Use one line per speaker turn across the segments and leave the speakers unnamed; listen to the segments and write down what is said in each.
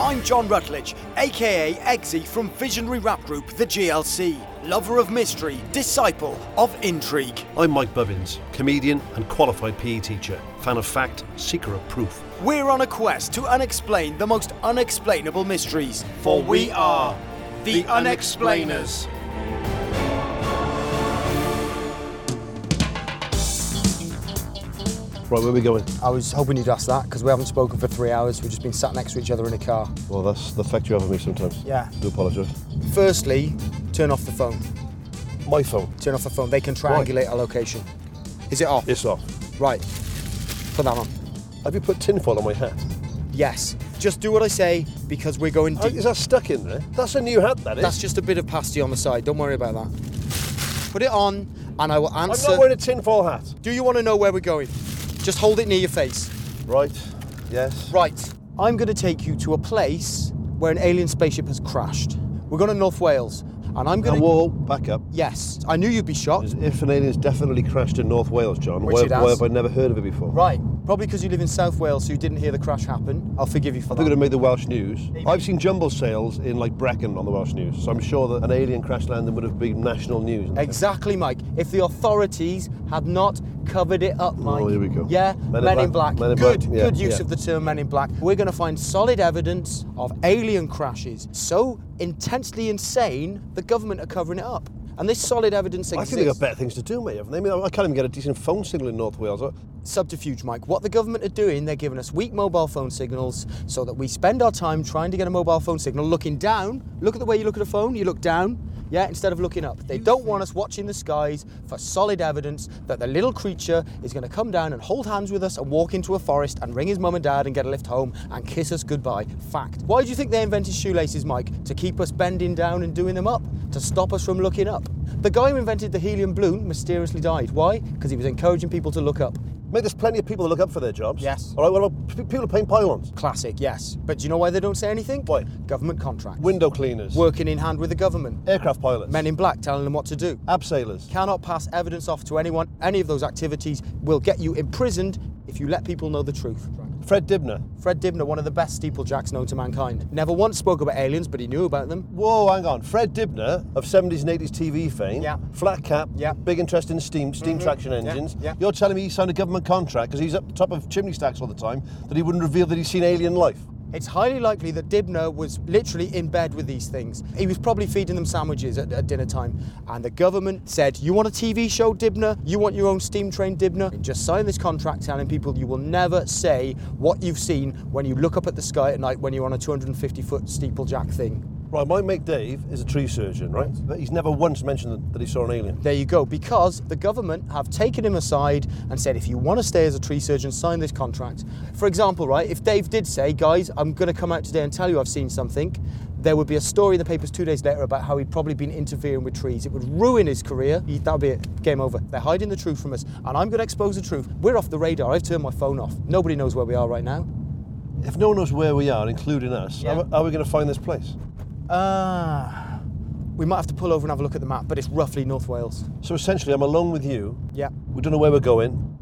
I'm John Rutledge, aka Eggsy from visionary rap group The GLC, lover of mystery, disciple of intrigue.
I'm Mike Bubbins, comedian and qualified PE teacher, fan of fact, seeker of proof.
We're on a quest to unexplain the most unexplainable mysteries, for we are the Unexplainers.
Right, where are we going?
I was hoping you'd ask that because we haven't spoken for three hours. We've just been sat next to each other in a car.
Well, that's the fact you have of me sometimes.
Yeah.
Do apologise.
Firstly, turn off the phone.
My phone.
Turn off the phone. They can triangulate our location. Is it off?
It's off.
Right. Put that on.
Have you put tinfoil on my hat?
Yes. Just do what I say because we're going
Oh,
deep.
Is that stuck in there? That's a new hat, that is.
That's just a bit of pasty on the side. Don't worry about that. Put it on, and I will
I'm
answer.
not wearing a tinfoil hat.
do you want to know where we're going? Just hold it near your face.
Right. Yes.
Right. I'm going to take you to a place where an alien spaceship has crashed. We're going to North Wales, and I'm
Now,
going to.
whoa, back up.
Yes, I knew you'd be shocked.
If an alien's definitely crashed in North Wales, John,
Which
why,
it
why
has.
have I never heard of it before?
Right, probably because you live in South Wales, so you didn't hear the crash happen. I'll forgive you for
I think it
that.
made the Welsh news. I've seen jumble sales in like Brecon on the Welsh news, so I'm sure that an alien crash landing would have been national news.
Exactly, Mike. If the authorities had not covered it up, Mike.
Oh, here we go.
Yeah,
Men
Men,
in
in
Black.
Black.
Men in
good,
Black, yeah,
good use
yeah.
of the term Men in Black. We're going to find solid evidence of alien crashes so intensely insane the government are covering it up. And this solid evidence
I
exists.
think they've got better things to do, mate, haven't they? I mean, I can't even get a decent phone signal in North Wales. Uh,
subterfuge, Mike. What the government are doing, they're giving us weak mobile phone signals so that we spend our time trying to get a mobile phone signal looking down. Look at the way you look at a phone, you look down. Yeah, instead of looking up. They don't want us watching the skies for solid evidence that the little creature is going to come down and hold hands with us and walk into a forest and ring his mum and dad and get a lift home and kiss us goodbye. Fact. Why do you think they invented shoelaces, Mike? To keep us bending down and doing them up, to stop us from looking up. The guy who invented the helium balloon mysteriously died. Why? Because he was encouraging people to look up.
Mate, there's plenty of people that look up for their jobs.
Yes.
All right, what about p- people who paint pylons?
Classic, yes. But do you know why they don't say anything?
Why?
Government contracts.
Window cleaners?
Working in hand with the government.
Aircraft pilots?
Men in black telling them what to do.
Ab sailors?
Cannot pass evidence off to anyone. Any of those activities will get you imprisoned if you let people know the truth.
Fred Dibner?
Fred Dibner, one of the best steeplejacks known to mankind, never once spoke about aliens, but he knew about them.
Whoa, hang on. Fred Dibner of 70s and 80s TV fame.
Yeah.
Flat cap.
Yeah. Mm-hmm.
Big interest in steam, steam traction engines.
yeah.
You're telling me he signed a government contract because he's up the top of chimney stacks all the time that he wouldn't reveal that he's seen alien life.
It's highly likely that Dibner was literally in bed with these things. He was probably feeding them sandwiches at, at dinner time. And the government said, You want a TV show, Dibner? You want your own steam train, Dibner? And just sign this contract telling people you will never say what you've seen when you look up at the sky at night when you're on a 250 foot steeplejack thing.
Right, my mate Dave is a tree surgeon, right? But he's never once mentioned that, that he saw an alien.
There you go, because the government have taken him aside and said, if you want to stay as a tree surgeon, sign this contract. For example, right, if Dave did say, guys, I'm going to come out today and tell you I've seen something, there would be a story in the papers two days later about how he'd probably been interfering with trees. It would ruin his career. He- That would be it. Game over. They're hiding the truth from us, and I'm going to expose the truth. We're off the radar. I've turned my phone off. Nobody knows where we are right now.
If no one knows where we are, including us,
Yeah.
how, how are we going to find this place?
Ah. we might have to pull over and have a look at the map, but it's roughly North Wales.
So essentially, I'm alone with you.
Yeah.
We don't know where we're going.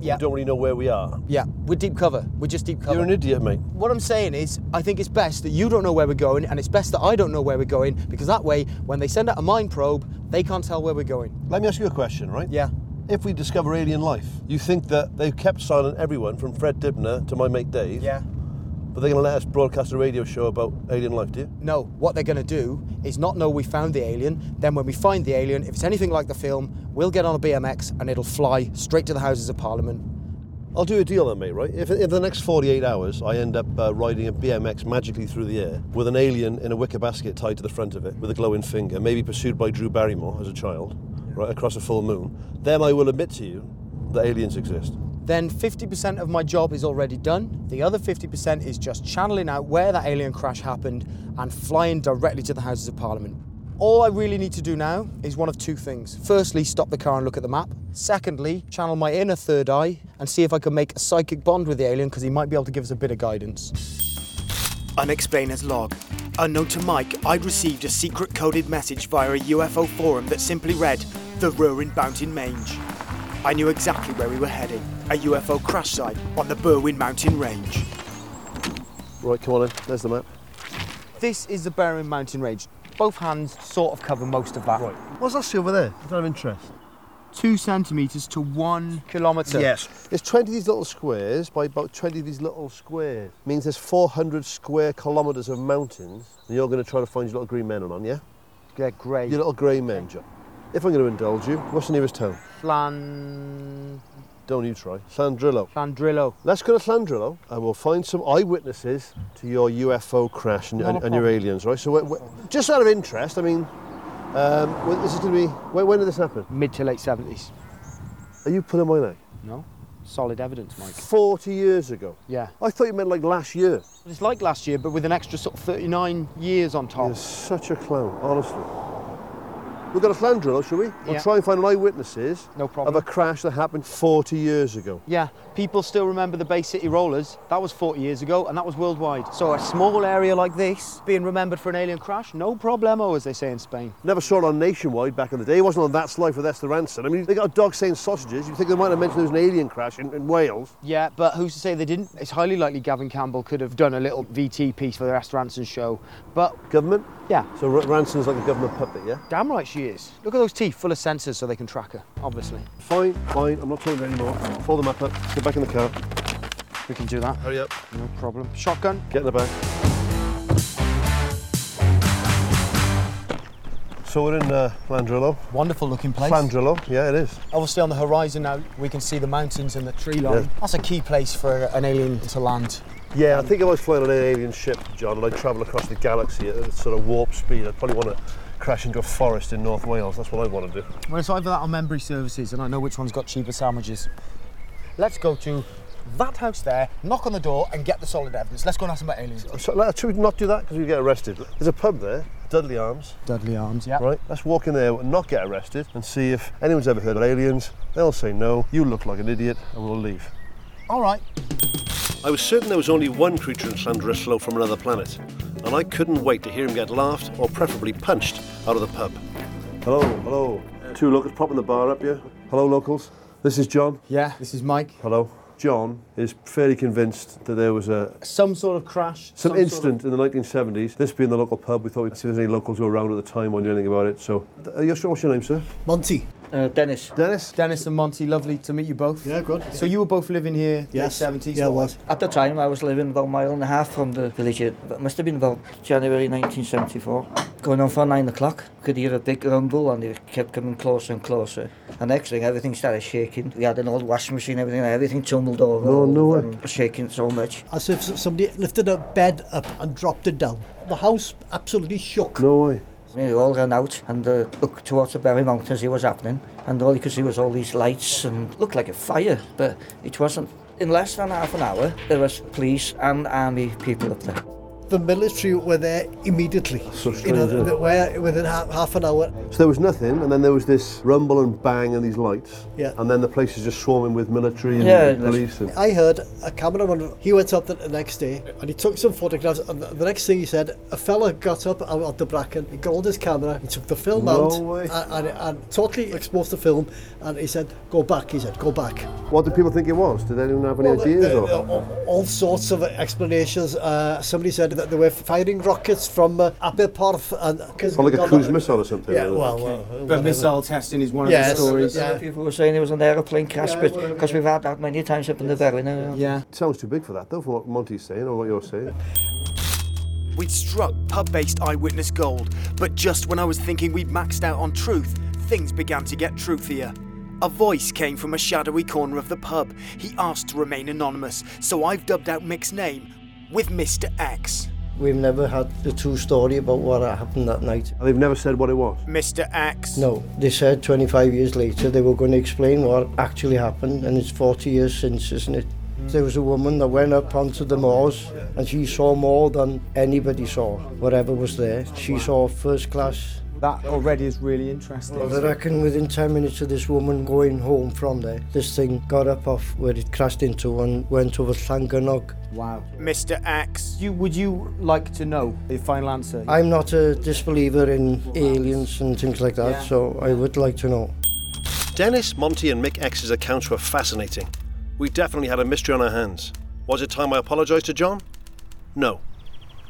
Yeah.
We don't really know where we are.
Yeah. We're deep cover. We're just deep cover.
You're an idiot, mate.
What I'm saying is, I think it's best that you don't know where we're going, and it's best that I don't know where we're going, because that way, when they send out a mine probe, they can't tell where we're going.
Let me ask you a question, right?
Yeah.
If we discover alien life, you think that they've kept silent everyone from Fred Dibner to my mate Dave, but they're going to let us broadcast a radio show about alien life, do you?
No, what they're going to do is not know we found the alien. Then, when we find the alien, if it's anything like the film, we'll get on a BMX and it'll fly straight to the Houses of Parliament.
I'll do a deal then, mate, right? If in the next 48 hours I end up uh, riding a BMX magically through the air with an alien in a wicker basket tied to the front of it with a glowing finger, maybe pursued by Drew Barrymore as a child, right, across a full moon, then I will admit to you that aliens exist.
Then 50% of my job is already done. The other 50% is just channeling out where that alien crash happened and flying directly to the Houses of Parliament. All I really need to do now is one of two things. Firstly, stop the car and look at the map. Secondly, channel my inner third eye and see if I can make a psychic bond with the alien because he might be able to give us a bit of guidance.
Unexplainer's log. Unknown to Mike, I'd received a secret coded message via a UFO forum that simply read, The Ruin Mountain Mange. I knew exactly where we were heading a UFO crash site on the Berwyn Mountain Range.
Right, come on in. There's the map.
This is the Berwyn Mountain Range. Both hands sort of cover most of that.
What's that see over there? I don't have interest.
Two centimetres to one kilometre.
There's 20 of these little squares by about 20 of these little squares. Means there's 400 square kilometres of mountains. And you're going to try to find your little green men on, yeah?
They're great.
Your little grey men, John. If I'm going to indulge you, what's the nearest town?
Flan...
Don't you try. Sandrillo.
Flandrillo.
Let's go to Slandrillo and we'll find some eyewitnesses to your UFO crash and,
Not a
and, and your
problem.
aliens, right? So, we just out of interest, I mean, um, wh- this is going to be. When, when did this happen?
Mid to late 70s.
Are you pulling my leg?
No? Solid evidence, Mike.
40 years ago.
Yeah.
I thought you meant like last year.
It's like last year, but with an extra sort of 39 years on top.
You're such a clown, honestly. We'll go to Flandrillo, shall we? We'll
Yeah.
try and find eyewitnesses
No
of
problem.
a crash that happened 40 years ago.
Yeah, people still remember the Bay City Rollers. That was 40 years ago, and that was worldwide. So a small area like this being remembered for an alien crash, no problemo, as they say in Spain.
Never saw it on Nationwide back in the day. It wasn't on That's Life with Esther Ranson. I mean, they got a dog saying sausages. You'd think they might have mentioned there was an alien crash in, in Wales.
Yeah, but who's to say they didn't? It's highly likely Gavin Campbell could have done a little VT piece for the Esther Ranson show. But
Government?
yeah,
So R- Ranson's like a government puppet, yeah?
damn right she is. Look at those teeth full of sensors so they can track her, obviously.
Fine, fine. I'm not talking anymore. Fold the map up. Get back in the car.
We can do that,
Hurry up.
no problem. Shotgun,
Get in the back. So we're in uh, Flandrillo.
wonderful looking place.
Flandrillo, yeah, it is.
Obviously, on the horizon now, we can see the mountains and the tree line.
Yeah.
That's a key place for an alien to land.
Yeah, I think if I was flying on an alien ship, John, and I travel across the galaxy at a sort of warp speed, I'd probably want to crash into a forest in North Wales. That's what I want to do.
Well, it's either that or memory services, and I know which one's got cheaper sandwiches. Let's go to that house there, knock on the door, and get the solid evidence. Let's go and ask them about aliens.
So, like, should we not do that because we get arrested? There's a pub there, Dudley Arms,
Dudley Arms, yeah.
right? Let's walk in there and not get arrested and see if anyone's ever heard of aliens. They'll say no, you look like an idiot, and we'll leave.
All right.
I was certain there was only one creature in Sandrislow from another planet, and I couldn't wait to hear him get laughed or preferably punched out of the pub. Hello, hello. Two locals popping the bar up, yeah? Hello, locals. This is John.
Yeah, this is Mike.
Hello. John is fairly convinced that there was a
Some sort of crash.
some,
sort of-
incident in the 1970s. This being the local pub, we thought we'd see if there's any locals who were around at the time or knew anything about it. So, uh, your- what's your name, sir?
Monty. Uh, Dennis.
Dennis.
Dennis and Monty, lovely to meet you both.
Yeah, good.
So you were both living here in
Yes.
the 70s?
Yeah, I was. At the time, I was living about a mile and a half from the village. It must have been about January 1974. Going on for nine o'clock, could hear a big rumble and it kept coming closer and closer. And next thing, everything started shaking. We had an old washing machine, everything, everything tumbled over.
No, no way.
Um, Shaking so much.
as if somebody lifted a bed up and dropped it down. The house absolutely shook.
No way.
We all ran out and uh, looked towards the Berry Mountains, it was happening. And all you could see was all these lights and looked like a fire, but it wasn't. In less than half an hour, there was police and army people up there.
The military were there immediately.
So
you know,
strange, isn't it?
they were within half, half an hour.
So there was nothing, and then there was this rumble and bang and these lights.
Yeah.
And then the place is just swarming with military and
Yeah,
police. And,
I heard a cameraman, he went up the, the next day and he took some photographs and the next thing he said, a fella got up out of the bracken, he got his camera, he took the film
No
out
way.
And, and, and totally exposed the film and he said, go back, he said, go back.
what did people think it was? Did anyone have any
Well,
ideas?
there-
or?
there are all- all sorts of explanations. Uh, somebody said that they were firing rockets from uh, Aberporth and
or like a cruise missile or something?
Yeah,
or-
well, well,
But missile testing is one
Yes.
of the stories.
Yeah.
Some People were saying it was an aeroplane crash, but because we've had that many times up in the Berry now.
yeah.
It sounds too big for that, though, for what Monty's saying or what you're saying.
We'd struck pub based eyewitness gold, but just when I was thinking we'd maxed out on truth, things began to get truthier. A voice came from a shadowy corner of the pub. He asked to remain anonymous, so I've dubbed out Mick's name with Mr. X.
We've never had the true story about what happened that night.
And they've never said what it was.
Mr. X.
No, they said 25 years later they were going to explain what actually happened, and it's 40 years since, isn't it? There was a woman that went up onto the moors and she saw more than anybody saw, whatever was there. She saw first class.
That already is really interesting.
I reckon within 10 minutes of this woman going home from there, this thing got up off where it crashed into and went over Llanganog.
Wow.
Mr. X.
You, would you like to know the final answer?
I'm not a disbeliever in aliens and things like that,
Yeah.
so I would like to know.
Dennis, Monty, and Mick X's accounts were fascinating. We definitely had a mystery on our hands. Was it time I apologised to John? No.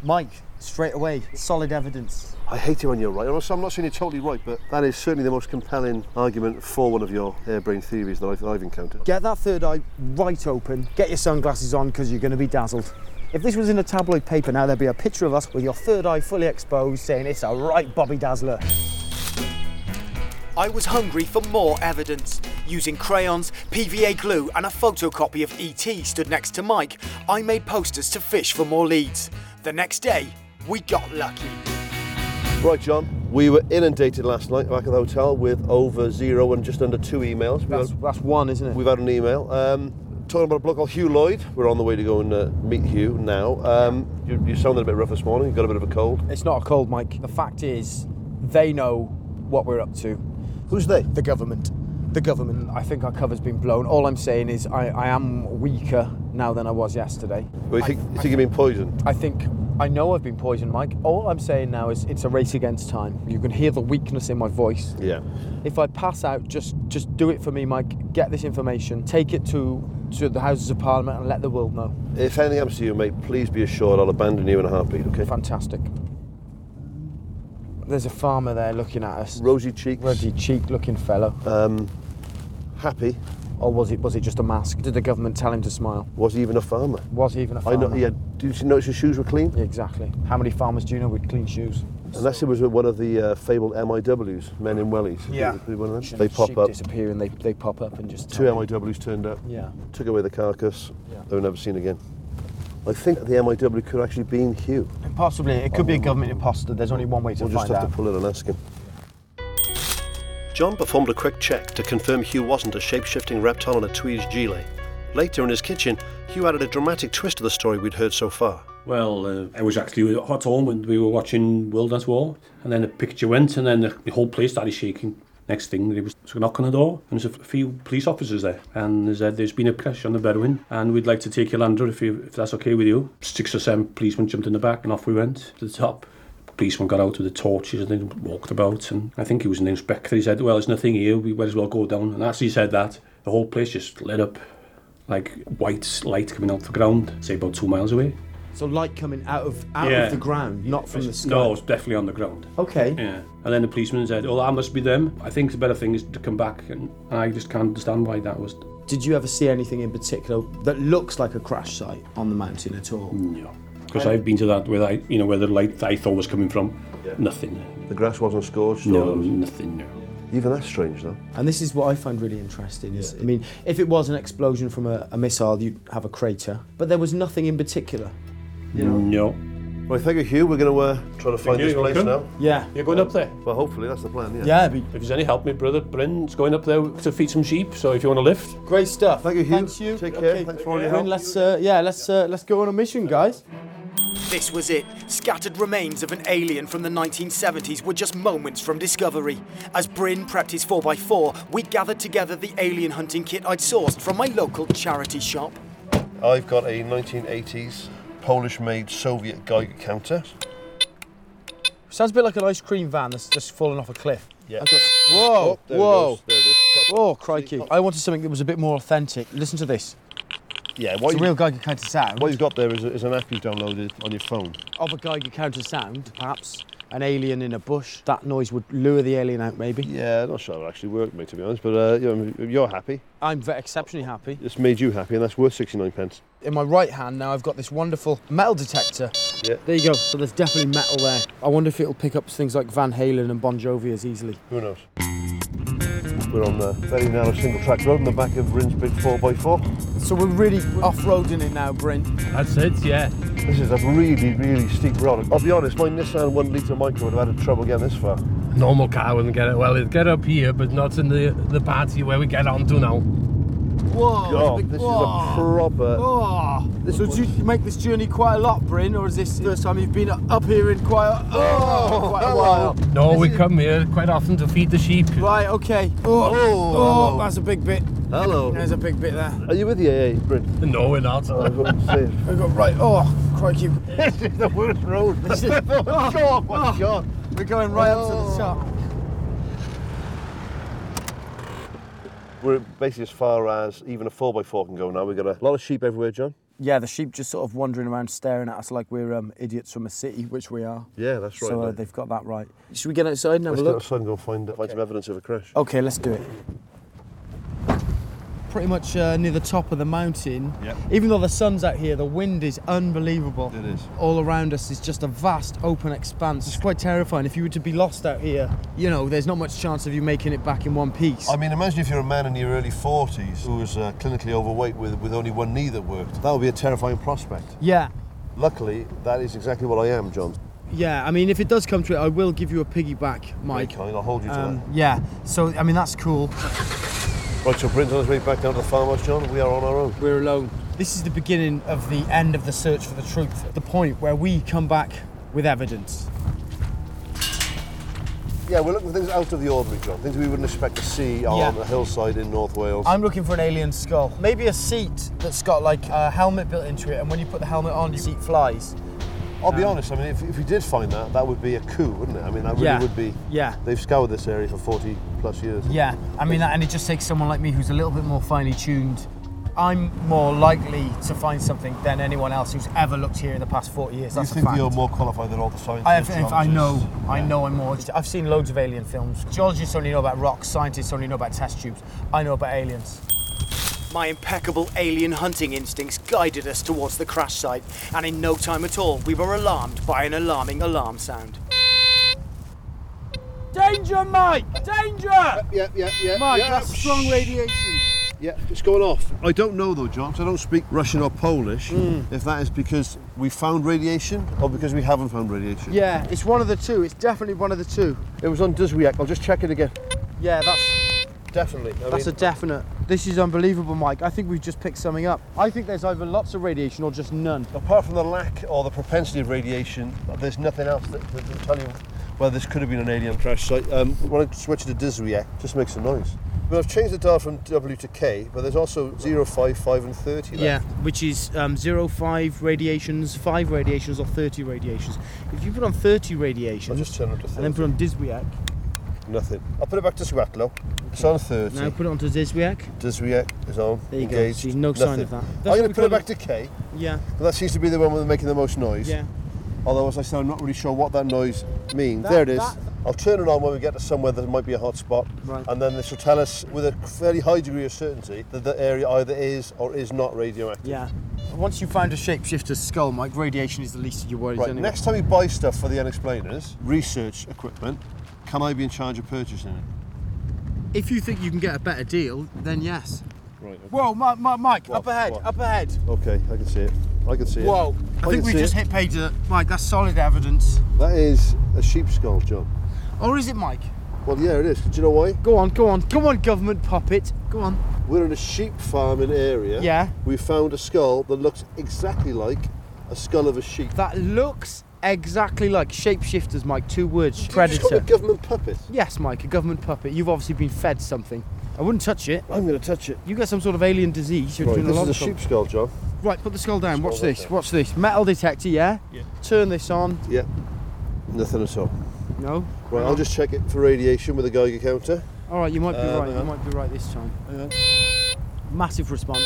Mike, straight away, solid evidence.
I hate it when you're right. I'm not saying you're totally right, but that is certainly the most compelling argument for one of your harebrained theories that I've, that I've encountered.
Get that third eye right open. Get your sunglasses on because you're going to be dazzled. If this was in a tabloid paper now, there'd be a picture of us with your third eye fully exposed saying it's a right Bobby Dazzler.
I was hungry for more evidence. Using crayons, PVA glue, and a photocopy of ET stood next to Mike, I made posters to fish for more leads. The next day, we got lucky.
Right, John. We were inundated last night back at the hotel with over zero and just under two emails. We
That's,
had-
that's one, isn't it?
We've had an email. Um, talking about a bloke called Hugh Lloyd. We're on the way to go and uh, meet Hugh now. Um, you, you sounded a bit rough this morning. You got a bit of a cold.
It's not a cold, Mike. The fact is, they know what we're up to.
Who's they?
The government. The government. I think our cover's been blown. All I'm saying is I, I am weaker now than I was yesterday.
Well, you think, you think you've been poisoned?
I think I know I've been poisoned, Mike. All I'm saying now is it's a race against time. You can hear the weakness in my voice.
Yeah.
If I pass out, just just do it for me, Mike. Get this information, take it to to the Houses of Parliament, and let the world know.
If anything happens to you, mate, please be assured I'll abandon you in a heartbeat, okay?
Fantastic. There's a farmer there looking at us.
Rosy cheeks.
Ruddy cheek looking fellow.
Um, happy.
Or was it was it just a mask? Did the government tell him to smile?
Was he even a farmer?
Was he even a
I
farmer?
know. Yeah. Did you notice his shoes were clean?
Yeah, Exactly. How many farmers do you know with clean shoes?
Unless it was one of the uh, fabled MIWs, men in wellies.
Yeah.
They one of them? They pop
Sheep
up.
disappear and they, they pop up and just
Two MIWs turned up.
Yeah.
took away the carcass.
Yeah.
They were never seen again. I think the MIW could actually be in Hugh.
Possibly, it could be a government imposter. There's only one way to
We'll just
find
have
out.
to pull in and ask him.
John performed a quick check to confirm Hugh wasn't a shape shifting reptile in a tweed gilet. Later in his kitchen, Hugh added a dramatic twist to the story we'd heard so far.
Well, uh, I was actually hot home when we were watching World at War, and then the picture went, and then the, the whole place started shaking. Next thing, there was a knock on the door, and there's a few police officers there, and they said, "There's been a crash on the Bedouin, and we'd like to take your Lander if, you, if that's okay with you." Six or seven policemen jumped in the back, and off we went to the top. policeman got out with the torches and then walked about and I think he was an inspector. He said, well, there's nothing here, we might as well go down. And as he said that, the whole place just lit up like white light coming out the ground, say about two miles away.
So light coming out of out
Yeah.
of the ground, not from the sky.
No, it was definitely on the ground.
Okay.
Yeah. And then the policeman said, oh, that must be them. I think the better thing is to come back. And I just can't understand why that was.
Did you ever see anything in particular that looks like a crash site on the mountain at all?
No. Because I've been to that where I, you know, where the light I thought was coming from. Nothing.
The grass wasn't scorched.
No,
or-
nothing. No.
Even that's strange, though.
And this is what I find really interesting. Is I mean, if it was an explosion from a, a missile, you'd have a crater, but there was nothing in particular.
No.
Right, thank you, Hugh. We're going to uh, try to find
you,
this
you're
place
welcome.
now.
Yeah.
You're going up there?
Well, hopefully that's the plan. Yeah.
Yeah. it'd be
If there's any help, my brother Bryn's going up there to feed some sheep. So if you want to lift,
great stuff.
Thank you, Hugh.
Thanks, Hugh.
Take care. Thanks for all your
Bryn,
help.
Let's uh, yeah, let's uh, let's go on a mission, guys.
This was it. Scattered remains of an alien from the 1970s were just moments from discovery. As Bryn prepped his 4x4, we gathered together the alien hunting kit I'd sourced from my local charity shop.
I've got a 1980s Polish-made Soviet Geiger counter.
Sounds a bit like an ice cream van that's just fallen off a cliff.
Yeah.
I've got- Whoa!
Oh, there
whoa!
It goes. There it is.
Oh crikey! I wanted something that was a bit more authentic. Listen to this.
Yeah. What,
It's a
you,
real Geiger counter sound
what you've got there is, a, is an app you've downloaded on your phone.
of a Geiger counter sound, perhaps. An alien in a bush. That noise would lure the alien out, maybe.
Yeah, not sure it actually worked, mate. To be honest, but uh, you're, you're happy.
I'm ve- exceptionally happy.
It's made you happy, and that's worth 69 pence.
In my right hand now, I've got this wonderful metal detector.
Yeah.
There you go. So there's definitely metal there. I wonder if it'll pick up things like Van Halen and Bon Jovi as easily.
Who knows? We're on a very narrow single track road in the back of Rins Big 4x4.
So we're really off-roading it now, Bryn.
that's it. Yeah.
This is a really, really steep road. I'll be honest, my Nissan 1 litre micro would have had trouble getting this far.
normal car wouldn't get it. Well, it'd get up here, but not in the the party where we get on to now.
Whoa!
God, this is a proper.
Oh, so did you make this journey quite a lot, Bryn, or is this the first time you've been up here in quite a, oh, quite a while?
No, we come here quite often to feed the sheep.
Right, okay. Oh, oh, that's a big bit.
Hello.
There's a big bit there.
Are you with the AA, Bryn?
No, we're not.
I was about to say.
I got right. Oh, crikey.
this is the worst road. oh, God, my God.
We're going right up to the top.
We're basically as far as even a 4x4 can go now. We've got a lot of sheep everywhere, John.
yeah, the sheep just sort of wandering around staring at us like we're um, idiots from a city, which we are.
Yeah, that's right,
So uh,
mate.
they've got that right. Should we get outside and have
Let's
a
go
look?
outside and go and find, find some evidence of a crash.
Okay, let's do it. Pretty much uh, near the top of the mountain.
Yep.
Even though the sun's out here, the wind is unbelievable.
It is.
All around us is just a vast open expanse. It's quite terrifying. If you were to be lost out here, you know, there's not much chance of you making it back in one piece.
I mean, imagine if you're a man in your early 40s who was uh, clinically overweight with, with only one knee that worked. That would be a terrifying prospect.
yeah.
Luckily, that is exactly what I am, John.
Yeah, I mean, if it does come to it, I will give you a piggyback,
Very
Mike.
kind, I'll hold you to
Um, yeah, so, I mean, that's cool.
that. Right, so Britain's on his way back down to the farmhouse, John. We are on our own.
We're alone. This is the beginning of the end of the search for the truth, the point where we come back with evidence.
Yeah, we're looking for things out of the ordinary, John. Things we wouldn't expect to see
Yeah.
on a hillside in North Wales.
I'm looking for an alien skull. Maybe a seat that's got like a helmet built into it, and when you put the helmet on, the seat flies.
I'll be honest, I mean, if, if we did find that, that would be a coup, wouldn't it? I mean, that really
Yeah.
would be.
Yeah.
They've scoured this area for 40 plus years.
Yeah, I mean, that, and it just takes someone like me who's a little bit more finely tuned. I'm more likely to find something than anyone else who's ever looked here in the past 40 years.
You
That's a
think
fact.
you're more qualified than all the scientists?
I, have, if I know, I know I'm more. I've seen loads of alien films. Geologists only know about rocks, scientists only know about test tubes. I know about aliens.
My impeccable alien hunting instincts guided us towards the crash site, and in no time at all, we were alarmed by an alarming alarm sound.
Danger, Mike! Danger!
Yeah, yeah, yeah.
Mike,
yeah.
that's strong radiation.
Yeah, it's going off. Mm. I don't know though, John, 'cause I don't speak Russian or Polish. If that is because we found radiation or because we haven't found radiation.
Yeah, it's one of the two. It's definitely one of the two.
It was on Duswiak. I'll just check it again.
Yeah, that's
Definitely. I
that's a
mean,
definite. This is unbelievable, Mike. I think we've just picked something up. I think there's either lots of radiation or just none.
apart from the lack or the propensity of radiation, there's nothing else that, that will tell you whether this could have been an alien crash site. Um, when I switch to Duswiak, just makes a noise. Well, I've changed the dial from W to K, but there's also 0, 5, 5 and 30 left.
Yeah, which is um, 05 radiations, 5 radiations, or 30 radiations. If you put on 30
I'll
radiations
just turn it to 30.
and then put on Diswiak,
Nothing. I'll put it back to Swatlow. It's on 30.
now put it onto Diswiak.
Duswiak is on.
There you go.
engaged.
So no sign of
nothing.
that.
I'm
That's
going
what we
to put it
call
back to K,
Yeah,
but that seems to be the one with making the most noise.
yeah.
Although, as I said, I'm not really sure what that noise means.
That-
there it is.
that-
I'll turn it on when we get to somewhere that might be a hot spot,
Right.
and then this will tell us with a fairly high degree of certainty that the area either is or is not radioactive.
Yeah. Once you find a shapeshifter's skull, Mike, radiation is the least of your worries.
Right,
anyway.
next time you buy stuff for the unexplainers, research equipment, can I be in charge of purchasing it?
If you think you can get a better deal, then yes.
Right.
Whoa, Mike, Mike, Mike
What?
up ahead,
What?
up ahead.
Okay, I can see it. I can see
Whoa.
it.
I, think
can
we've
see
just
it.
hit page dirt. Mike, that's solid evidence.
That is a sheep skull, John.
Or is it Mike?
Well, yeah, it is. Do you know why?
Go on, go on. Come on, government puppet. Go on.
We're in a sheep farming area.
Yeah.
We found a skull that looks exactly like a skull of a sheep.
That looks exactly like shapeshifters, Mike. Two words.
It's called a
Predator.
government puppet.
Yes, Mike, a government puppet. You've obviously been fed something. I wouldn't touch it.
I'm going to touch it.
You get some sort of alien disease. You're
Right,
doing
this
a lot
is a
of trouble.
sheep skull, John.
Right, put the skull down. Watch
Skull right
this.
there.
Watch this. Metal detector. Yeah. Yeah. Turn this on.
Yeah. Nothing at all.
No.
Right, I'll just check it for radiation with a Geiger counter.
All right, you might be
Uh,
right.
hang
You
on.
might be right this time.
Hang on.
Massive response.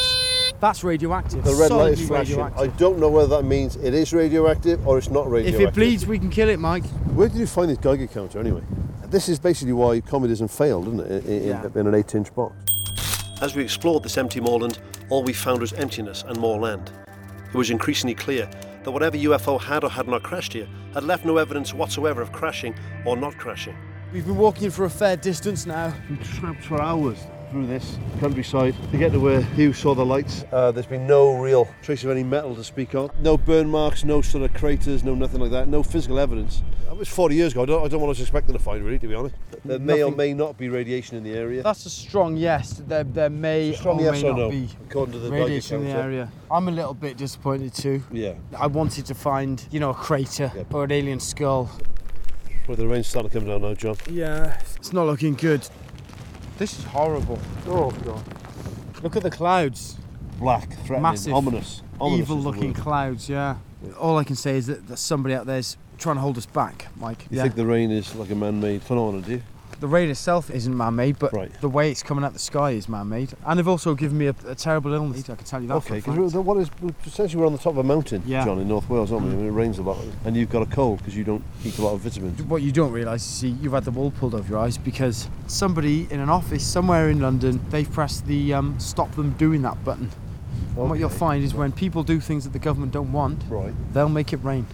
That's radioactive.
The red light
Solidly
is flashing. I
radioactive.
don't know whether that means it is radioactive or it's not
If
radioactive.
it bleeds, we can kill it, Mike.
Where did you find this Geiger counter anyway? This is basically why communism failed, isn't it? In, in-
Yeah.
in an eight-inch box.
As we explored this empty moorland, all we found was emptiness and more land. It was increasingly clear that whatever UFO had or had not crashed here had left no evidence whatsoever of crashing or not crashing.
We've been walking for a fair distance now.
been trapped for hours through this countryside to get to where Hugh saw the lights. Uh, there's been no real trace of any metal to speak of. No burn marks, no sort of craters, no nothing like that, no physical evidence. That was 40 years ago. I don't, I don't want to expect them to find, really, to be honest. There may or
Nothing-
may not be radiation in the area.
That's a strong yes. There, there may
Strong
or
yes
may
or
not
no,
be
according to the
radiation in the
counter.
area. I'm a little bit disappointed too.
Yeah,
I wanted to find, you know, a crater
Yep.
or an alien skull.
well, the rain's starting to come down now, John.
Yeah, it's not looking good. This is horrible. Oh god. Look at the clouds.
Black, threatening,
Massive,
ominous. ominous Oh, is the
Evil looking
word.
clouds, yeah. All I can say is that, that somebody out there's trying to hold us back, Mike.
You
yeah.
think the rain is like a man-made phenomenon, do you?
The rain itself isn't man-made, but
Right.
the way it's coming out the sky is man-made. And they've also given me a, a terrible illness. I can tell you that. for
Okay,
a fact.
because what is essentially we're on the top of a mountain,
Yeah.
John, in North Wales, aren't we? And it rains a lot, and you've got a cold because you don't eat a lot of vitamins.
What you don't realise, you see, you've had the wool pulled over your eyes because somebody in an office somewhere in London, they've pressed the um, stop them doing that button. And what you'll
Okay.
find is when people do things that the government don't want,
Right.
they'll make it rain.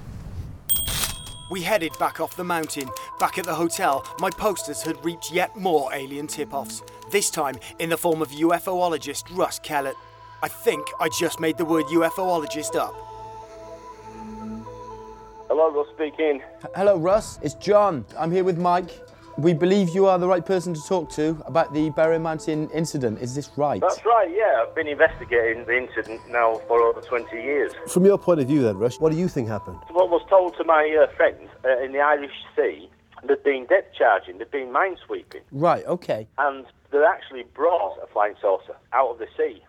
We headed back off the mountain. Back at the hotel, my posters had reaped yet more alien tip offs, this time in the form of UFOologist Russ Kellett. I think I just made the word UFOologist up.
Hello, Russ speaking.
Hello, Russ. It's John. I'm here with Mike. We believe you are the right person to talk to about the Berry Mountain incident. Is this right?
That's right, yeah. I've been investigating the incident now for over 20 years.
From your point of view, then, Russ, what do you think happened?
What was told to my uh, friends uh, in the Irish Sea, they'd been depth charging, they'd been mine sweeping,
Right, okay.
and they actually brought a flying saucer out of the sea.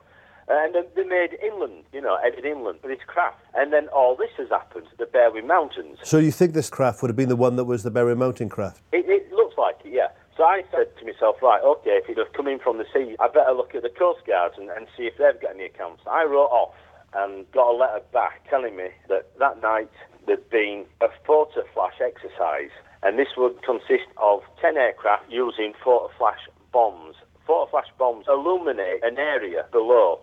Uh, And then they made inland, you know, headed inland with his craft. And then all this has happened, the Berwyn Mountains.
So you think this craft would have been the one that was the Berry Mountain craft?
It, it looks like it, yeah. So I said to myself, right, okay, if it have come in from the sea, I better look at the Coast Guards and, and see if they've got any accounts. I wrote off and got a letter back telling me that that night there'd been a photo flash exercise, and this would consist of 10 aircraft using photo flash bombs. Photo flash bombs illuminate an area below.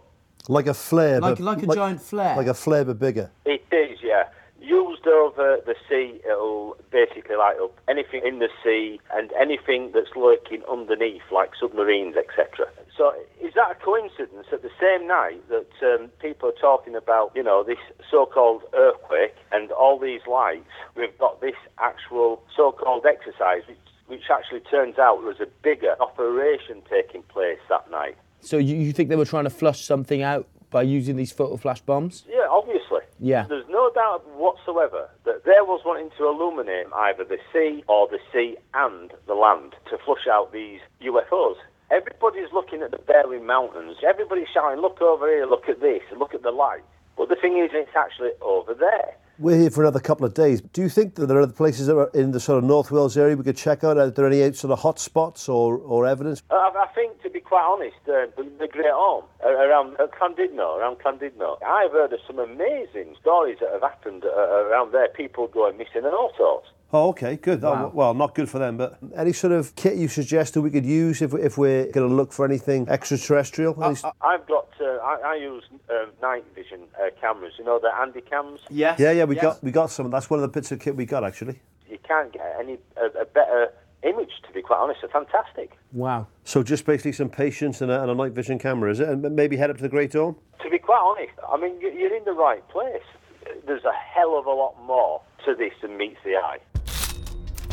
Like a flare,
Like-
but
like a giant flare.
like a flare but bigger.
It is, yeah. Used over the sea, it'll basically light up anything in the sea and anything that's lurking underneath, like submarines, etc. So, is that a coincidence that the same night that um, people are talking about, you know, this so-called earthquake and all these lights, we've got this actual so-called exercise, which, which actually turns out was a bigger operation taking place that night?
So you, you think they were trying to flush something out by using these photo flash bombs?
Yeah, obviously.
Yeah.
There's no doubt whatsoever that there was wanting to illuminate either the sea or the sea and the land to flush out these UFOs. Everybody's looking at the Berwyn Mountains. Everybody's shouting, look over here, look at this, look at the light. But the thing is, it's actually over there.
We're here for another couple of days. Do you think that there are other places that are in the sort of North Wales area we could check out? Are there any sort of hot spots or, or evidence?
Uh, I I think, to be quite honest, uh, the, the Great Orme uh, around uh, Clandidno, around Clandidno, I've heard of some amazing stories that have happened uh, around there. People going missing and all sorts.
Oh, okay, good. Oh, w- well, not good for them, but any sort of kit you suggest that we could use if, if we're going to look for anything extraterrestrial? Any s-
I've got. Uh, I, I use uh, night vision uh, cameras. You know the Andy cams.
Yes.
yeah, yeah, we got we got some. That's one of the bits of kit we got actually.
You can't get any a, a better image. To be quite honest, they're fantastic.
Wow.
So just basically some patience and a, and a night vision camera, is it? And maybe head up to the Great Orme.
To be quite honest, I mean you- you're in the right place. There's a hell of a lot more to this than meets the eye.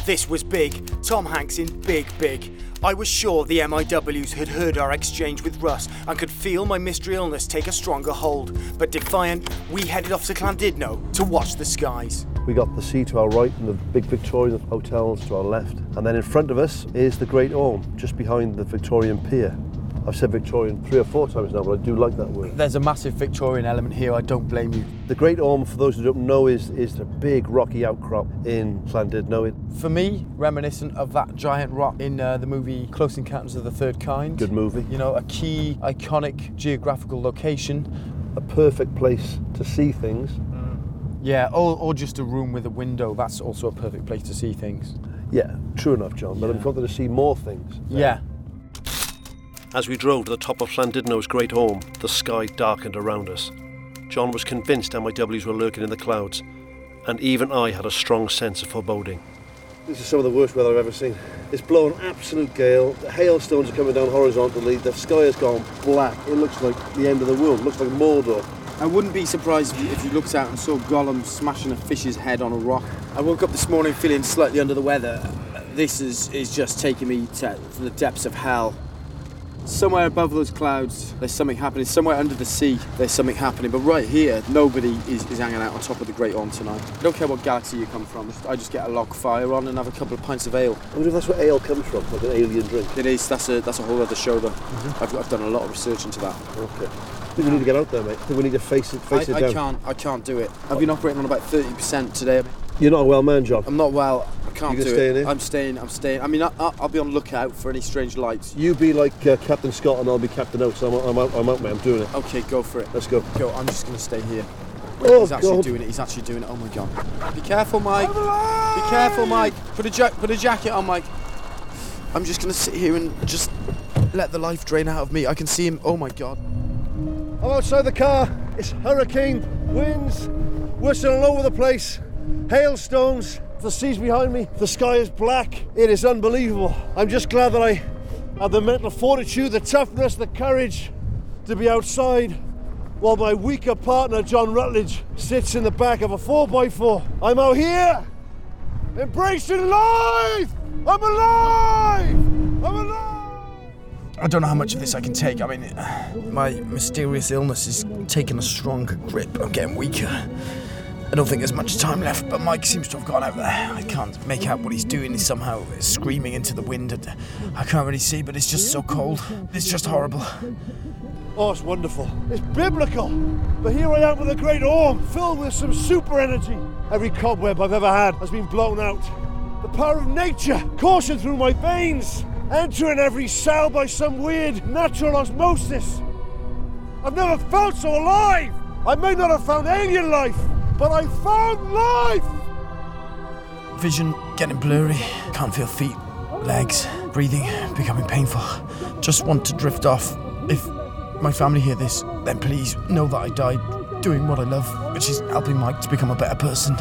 This was big. Tom Hanks in big, big. I was sure the MIWs had heard our exchange with Russ and could feel my mystery illness take a stronger hold. But defiant, we headed off to Clandidno to watch the skies.
We got the sea to our right and the big Victorian hotels to our left. And then in front of us is the Great Orme, just behind the Victorian Pier. I've said Victorian three or four times now, but I do like that word.
There's a massive Victorian element here. I don't blame you.
The Great Orme, for those who don't know, is is a big rocky outcrop in Llandudno. It
For me, reminiscent of that giant rock in uh, the movie Close Encounters of the Third Kind.
Good movie.
You know, a key iconic geographical location.
a perfect place to see things.
Yeah, or, or just a room with a window. That's also a perfect place to see things.
Yeah, true enough, John. But I'm wanted to see more things.
Yeah.
As we drove to the top of Llandudno's great home, the sky darkened around us. John was convinced MIWs were lurking in the clouds, and even I had a strong sense of foreboding.
This is some of the worst weather I've ever seen. It's blowing absolute gale. The hailstones are coming down horizontally. The sky has gone black. It looks like the end of the world. It looks like Mordor.
I wouldn't be surprised if you, if you looked out and saw Gollum smashing a fish's head on a rock. I woke up this morning feeling slightly under the weather. This is, is just taking me to, to the depths of hell. Somewhere above those clouds, there's something happening. Somewhere under the sea, there's something happening. But right here, nobody is, is hanging out on top of the Great Orme tonight. I don't care what galaxy you come from. I just get a log fire on and have a couple of pints of ale.
I wonder if that's where ale comes from, like an alien drink.
It is. That's a that's a whole other show, though. I've, I've done a lot of research into that.
Okay. I think we need to get out there, mate. I think we need to face it, face
I,
it
I
down.
can't. I can't do it. I've been operating on about thirty percent today.
You're not a well man, John.
I'm not well. I can't
can't
You're gonna
do it.
stay in here?
I'm staying. I'm staying. I mean, I, I- I'll be on lookout for any strange lights.
You be like uh, Captain Scott and I'll be Captain Oates. I'm, I'm out, I'm out, mate. I'm doing
Oh.
it.
Okay, go for it.
Let's go.
Go. I'm just gonna stay here.
Oh,
he's actually
God.
doing it. He's actually doing it. Oh my god. Be careful, Mike. Be careful, Mike. Put a ja- put a jacket on, Mike. I'm just gonna sit here and just let the life drain out of me. I can see him. Oh my god.
I'm outside the car. It's hurricane, winds, whistling all over the place, hailstones. The sea's behind me. The sky is black. It is unbelievable. I'm just glad that I had the mental fortitude, the toughness, the courage to be outside while my weaker partner, John Rutledge, sits in the back of a 4x4. I'm out here embracing life! I'm alive! I'm alive!
I don't know how much of this I can take. I mean, it- my mysterious illness is taking a stronger grip. I'm getting weaker. I don't think there's much time left, but Mike seems to have gone out there. I can't make out what he's doing. He's somehow screaming into the wind. And I can't really see, but it's just so cold. It's just horrible.
Oh, it's wonderful. It's biblical. But here I am with a great orb filled with some super energy. Every cobweb I've ever had has been blown out. The power of nature coursing through my veins, entering every cell by some weird natural osmosis. I've never felt so alive. I may not have found alien life, but I found life.
Vision getting blurry. Can't feel feet, legs, breathing becoming painful. Just want to drift off. If my family hear this, then please know that I died doing what I love, which is helping Mike to become a better person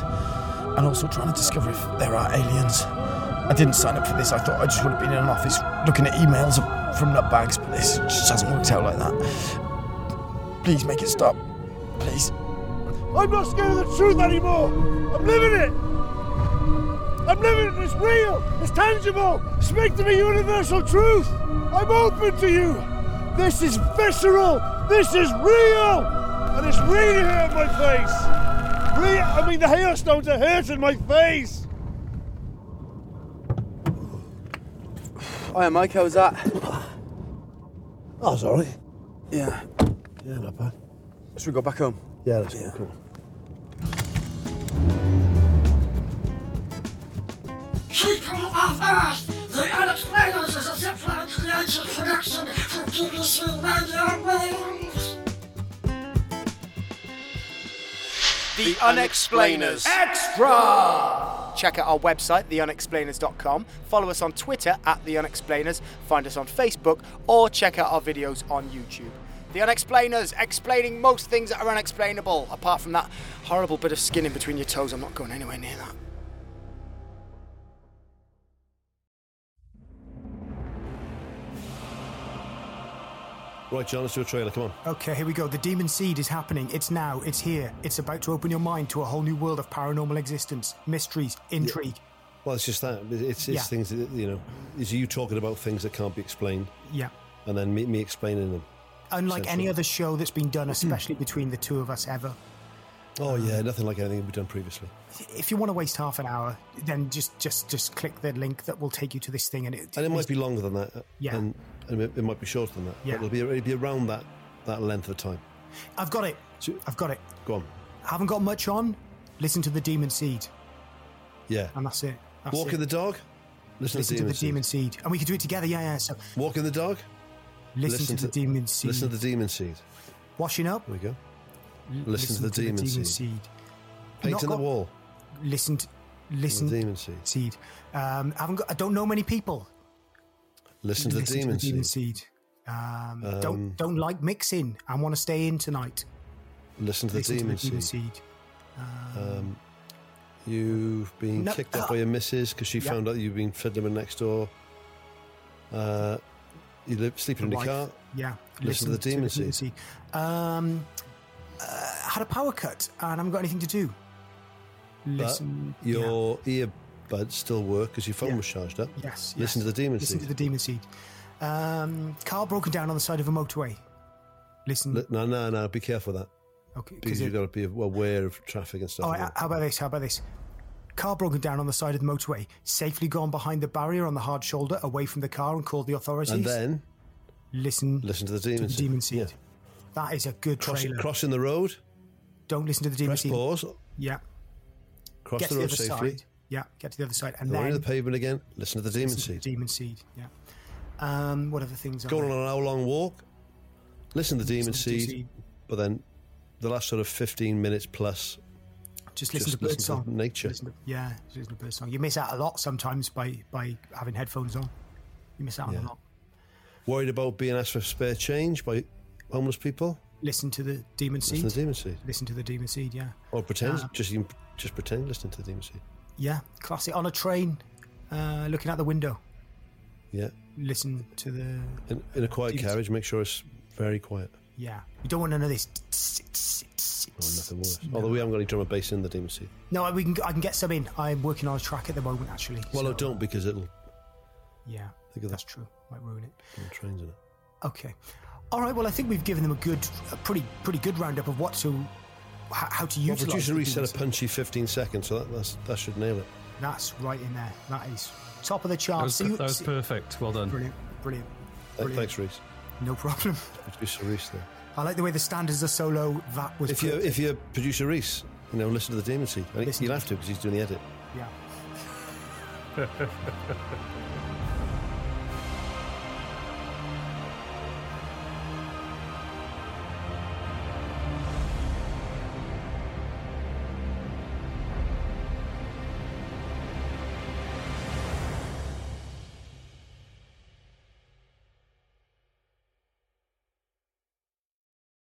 and also trying to discover if there are aliens. I didn't sign up for this. I thought I just would have been in an office looking at emails from nutbags, but this just hasn't worked out like that. Please make it stop. Please.
I'm not scared of the truth anymore. I'm living it. I'm living it. It's real. It's tangible. Speak to me, universal truth. I'm open to you. This is visceral. This is real. And it's really hurting my face. Really, I mean, the hailstones are hurting my face.
Hiya, Mike. How was that?
I
Oh,
was all right.
Yeah.
Yeah, not bad.
Should we go back home?
Yeah, that's yeah. cool.
People of Earth, the Unexplained is a zipline creative production for BBC Radio Wales.
The Unexplainers Extra! Check out our website, theunexplainers.com. Follow us on Twitter at The Unexplainers. Find us on Facebook or check out our videos on YouTube. The Unexplainers, explaining most things that are unexplainable, apart from that horrible bit of skin in between your toes. I'm not going anywhere near that.
Right, John, let's do a trailer. Come on.
Okay, here we go. The demon seed is happening. It's now. It's here. It's about to open your mind to a whole new world of paranormal existence, mysteries, intrigue.
Well, it's just that. It's, it's
Yeah.
things that, you know, it's you talking about things that can't be explained
Yeah.
and then me, me explaining them.
Unlike any
Essentially.
other show that's been done, especially between the two of us ever.
Oh, yeah, nothing like anything we've done previously.
If you want to waste half an hour, then just just just click the link that will take you to this thing, and it
And it might be longer than that. uh,
Yeah.
And, and it it might be shorter than that.
Yeah.
But it'll be, it'll be around that, that length of time.
I've got it. I've got it.
Go on.
haven't got much on. Listen to the demon seed,
Yeah.
and that's it. That's
Walk
it.
in the dog. Listen,
Listen
to the demon. seed.
demon seed. and we can do it together. Yeah, yeah. So
Walk in the dog.
Listen, to, the demon seed.
Listen to the demon seed.
Washing up.
There we go. Listen, to the demon, seed.
Not
Painting the
got-
wall.
Listen, to, listen.
The demon seed.
Seed. Um, I haven't got. I don't know many people.
Listen to the demon seed.
seed. Um,
Um,
don't don't like mixing. I want to stay in tonight.
Listen to the
Listen to
demon
the demon
seed. Um, you've been
No,
kicked out by your missus because she
Yeah.
found out you've been fiddling with next door. Uh, you live sleeping in
Wife.
the car.
Yeah.
Listen, to the demon seed.
Um, uh, had a power cut and I haven't got anything to do.
Uh,
Listen.
but your earbuds still work because your phone was charged up.
Yes.
Listen
yes.
to the demon
Listen
seed.
to the demon seed. Um, car broken down on the side of a motorway. Listen.
Li- No, no, no. Be careful of that.
Okay.
Because you've got to be aware of traffic and stuff.
All
Oh,
like
right,
that.
how about this? How about this? Car broken down on the side of the motorway, safely gone behind the barrier on the hard shoulder, away from the car, and called the authorities.
and then
listen.
Listen to the demon
the
seed.
demon seed. That is a good
Cross,
trailer.
crossing the road.
Don't listen to the demon
Press
seed.
pause.
Yeah.
Cross
Get
the
to
road
the other
safely.
side.
Yeah, get to the other side, and
Go
then
into the pavement again, listen to the demon
listen to
seed.
Demon seed. Yeah. Um, what other things?
Go
are
on
there?
an hour long walk, listen to the demon
Listen to
seed,
seed.
but then the last sort of 15 minutes plus.
Just listen to bird song.
nature.
Yeah, it's just a bird song. You miss out a lot sometimes by by having headphones on. You miss out on
Yeah.
a lot.
Worried about being asked for spare change by homeless people?
Listen to the demon seed.
Listen to the demon seed.
Listen to the demon seed. Yeah.
Or pretend,
Um,
just even, just pretend listening to the demon seed.
Yeah, classic. On a train, uh, looking out the window,
Yeah.
listen to the
In, in a quiet carriage, make sure it's very quiet.
yeah. You don't want none of this.
Or Oh, nothing worse. Although we haven't got any drum and bass in the demon seed.
No, we can. I can get some in. I'm working on a track at the moment, actually.
Well,
so-
I don't because it'll
yeah,
think of
that's
that
true. Might ruin it.
trains in it.
Okay. All right. Well, I think we've given them a good, a pretty, pretty good roundup of what to, h- how to
Well,
utilize.
producer Reese said a punchy 15 seconds, so that that's, that should nail it. Uh,
That's right in there. That is top of the
That
chart.
was,
See you-
that was
see-
perfect. Well done.
Brilliant. Brilliant.
Uh, thanks, Reese.
No problem.
Producer Reese there.
I like the way the standards are so low. That was.
If you're,
good.
if you're producer Reese, you know, listen to the demon seed. And you'll have to because he's doing the edit.
yeah.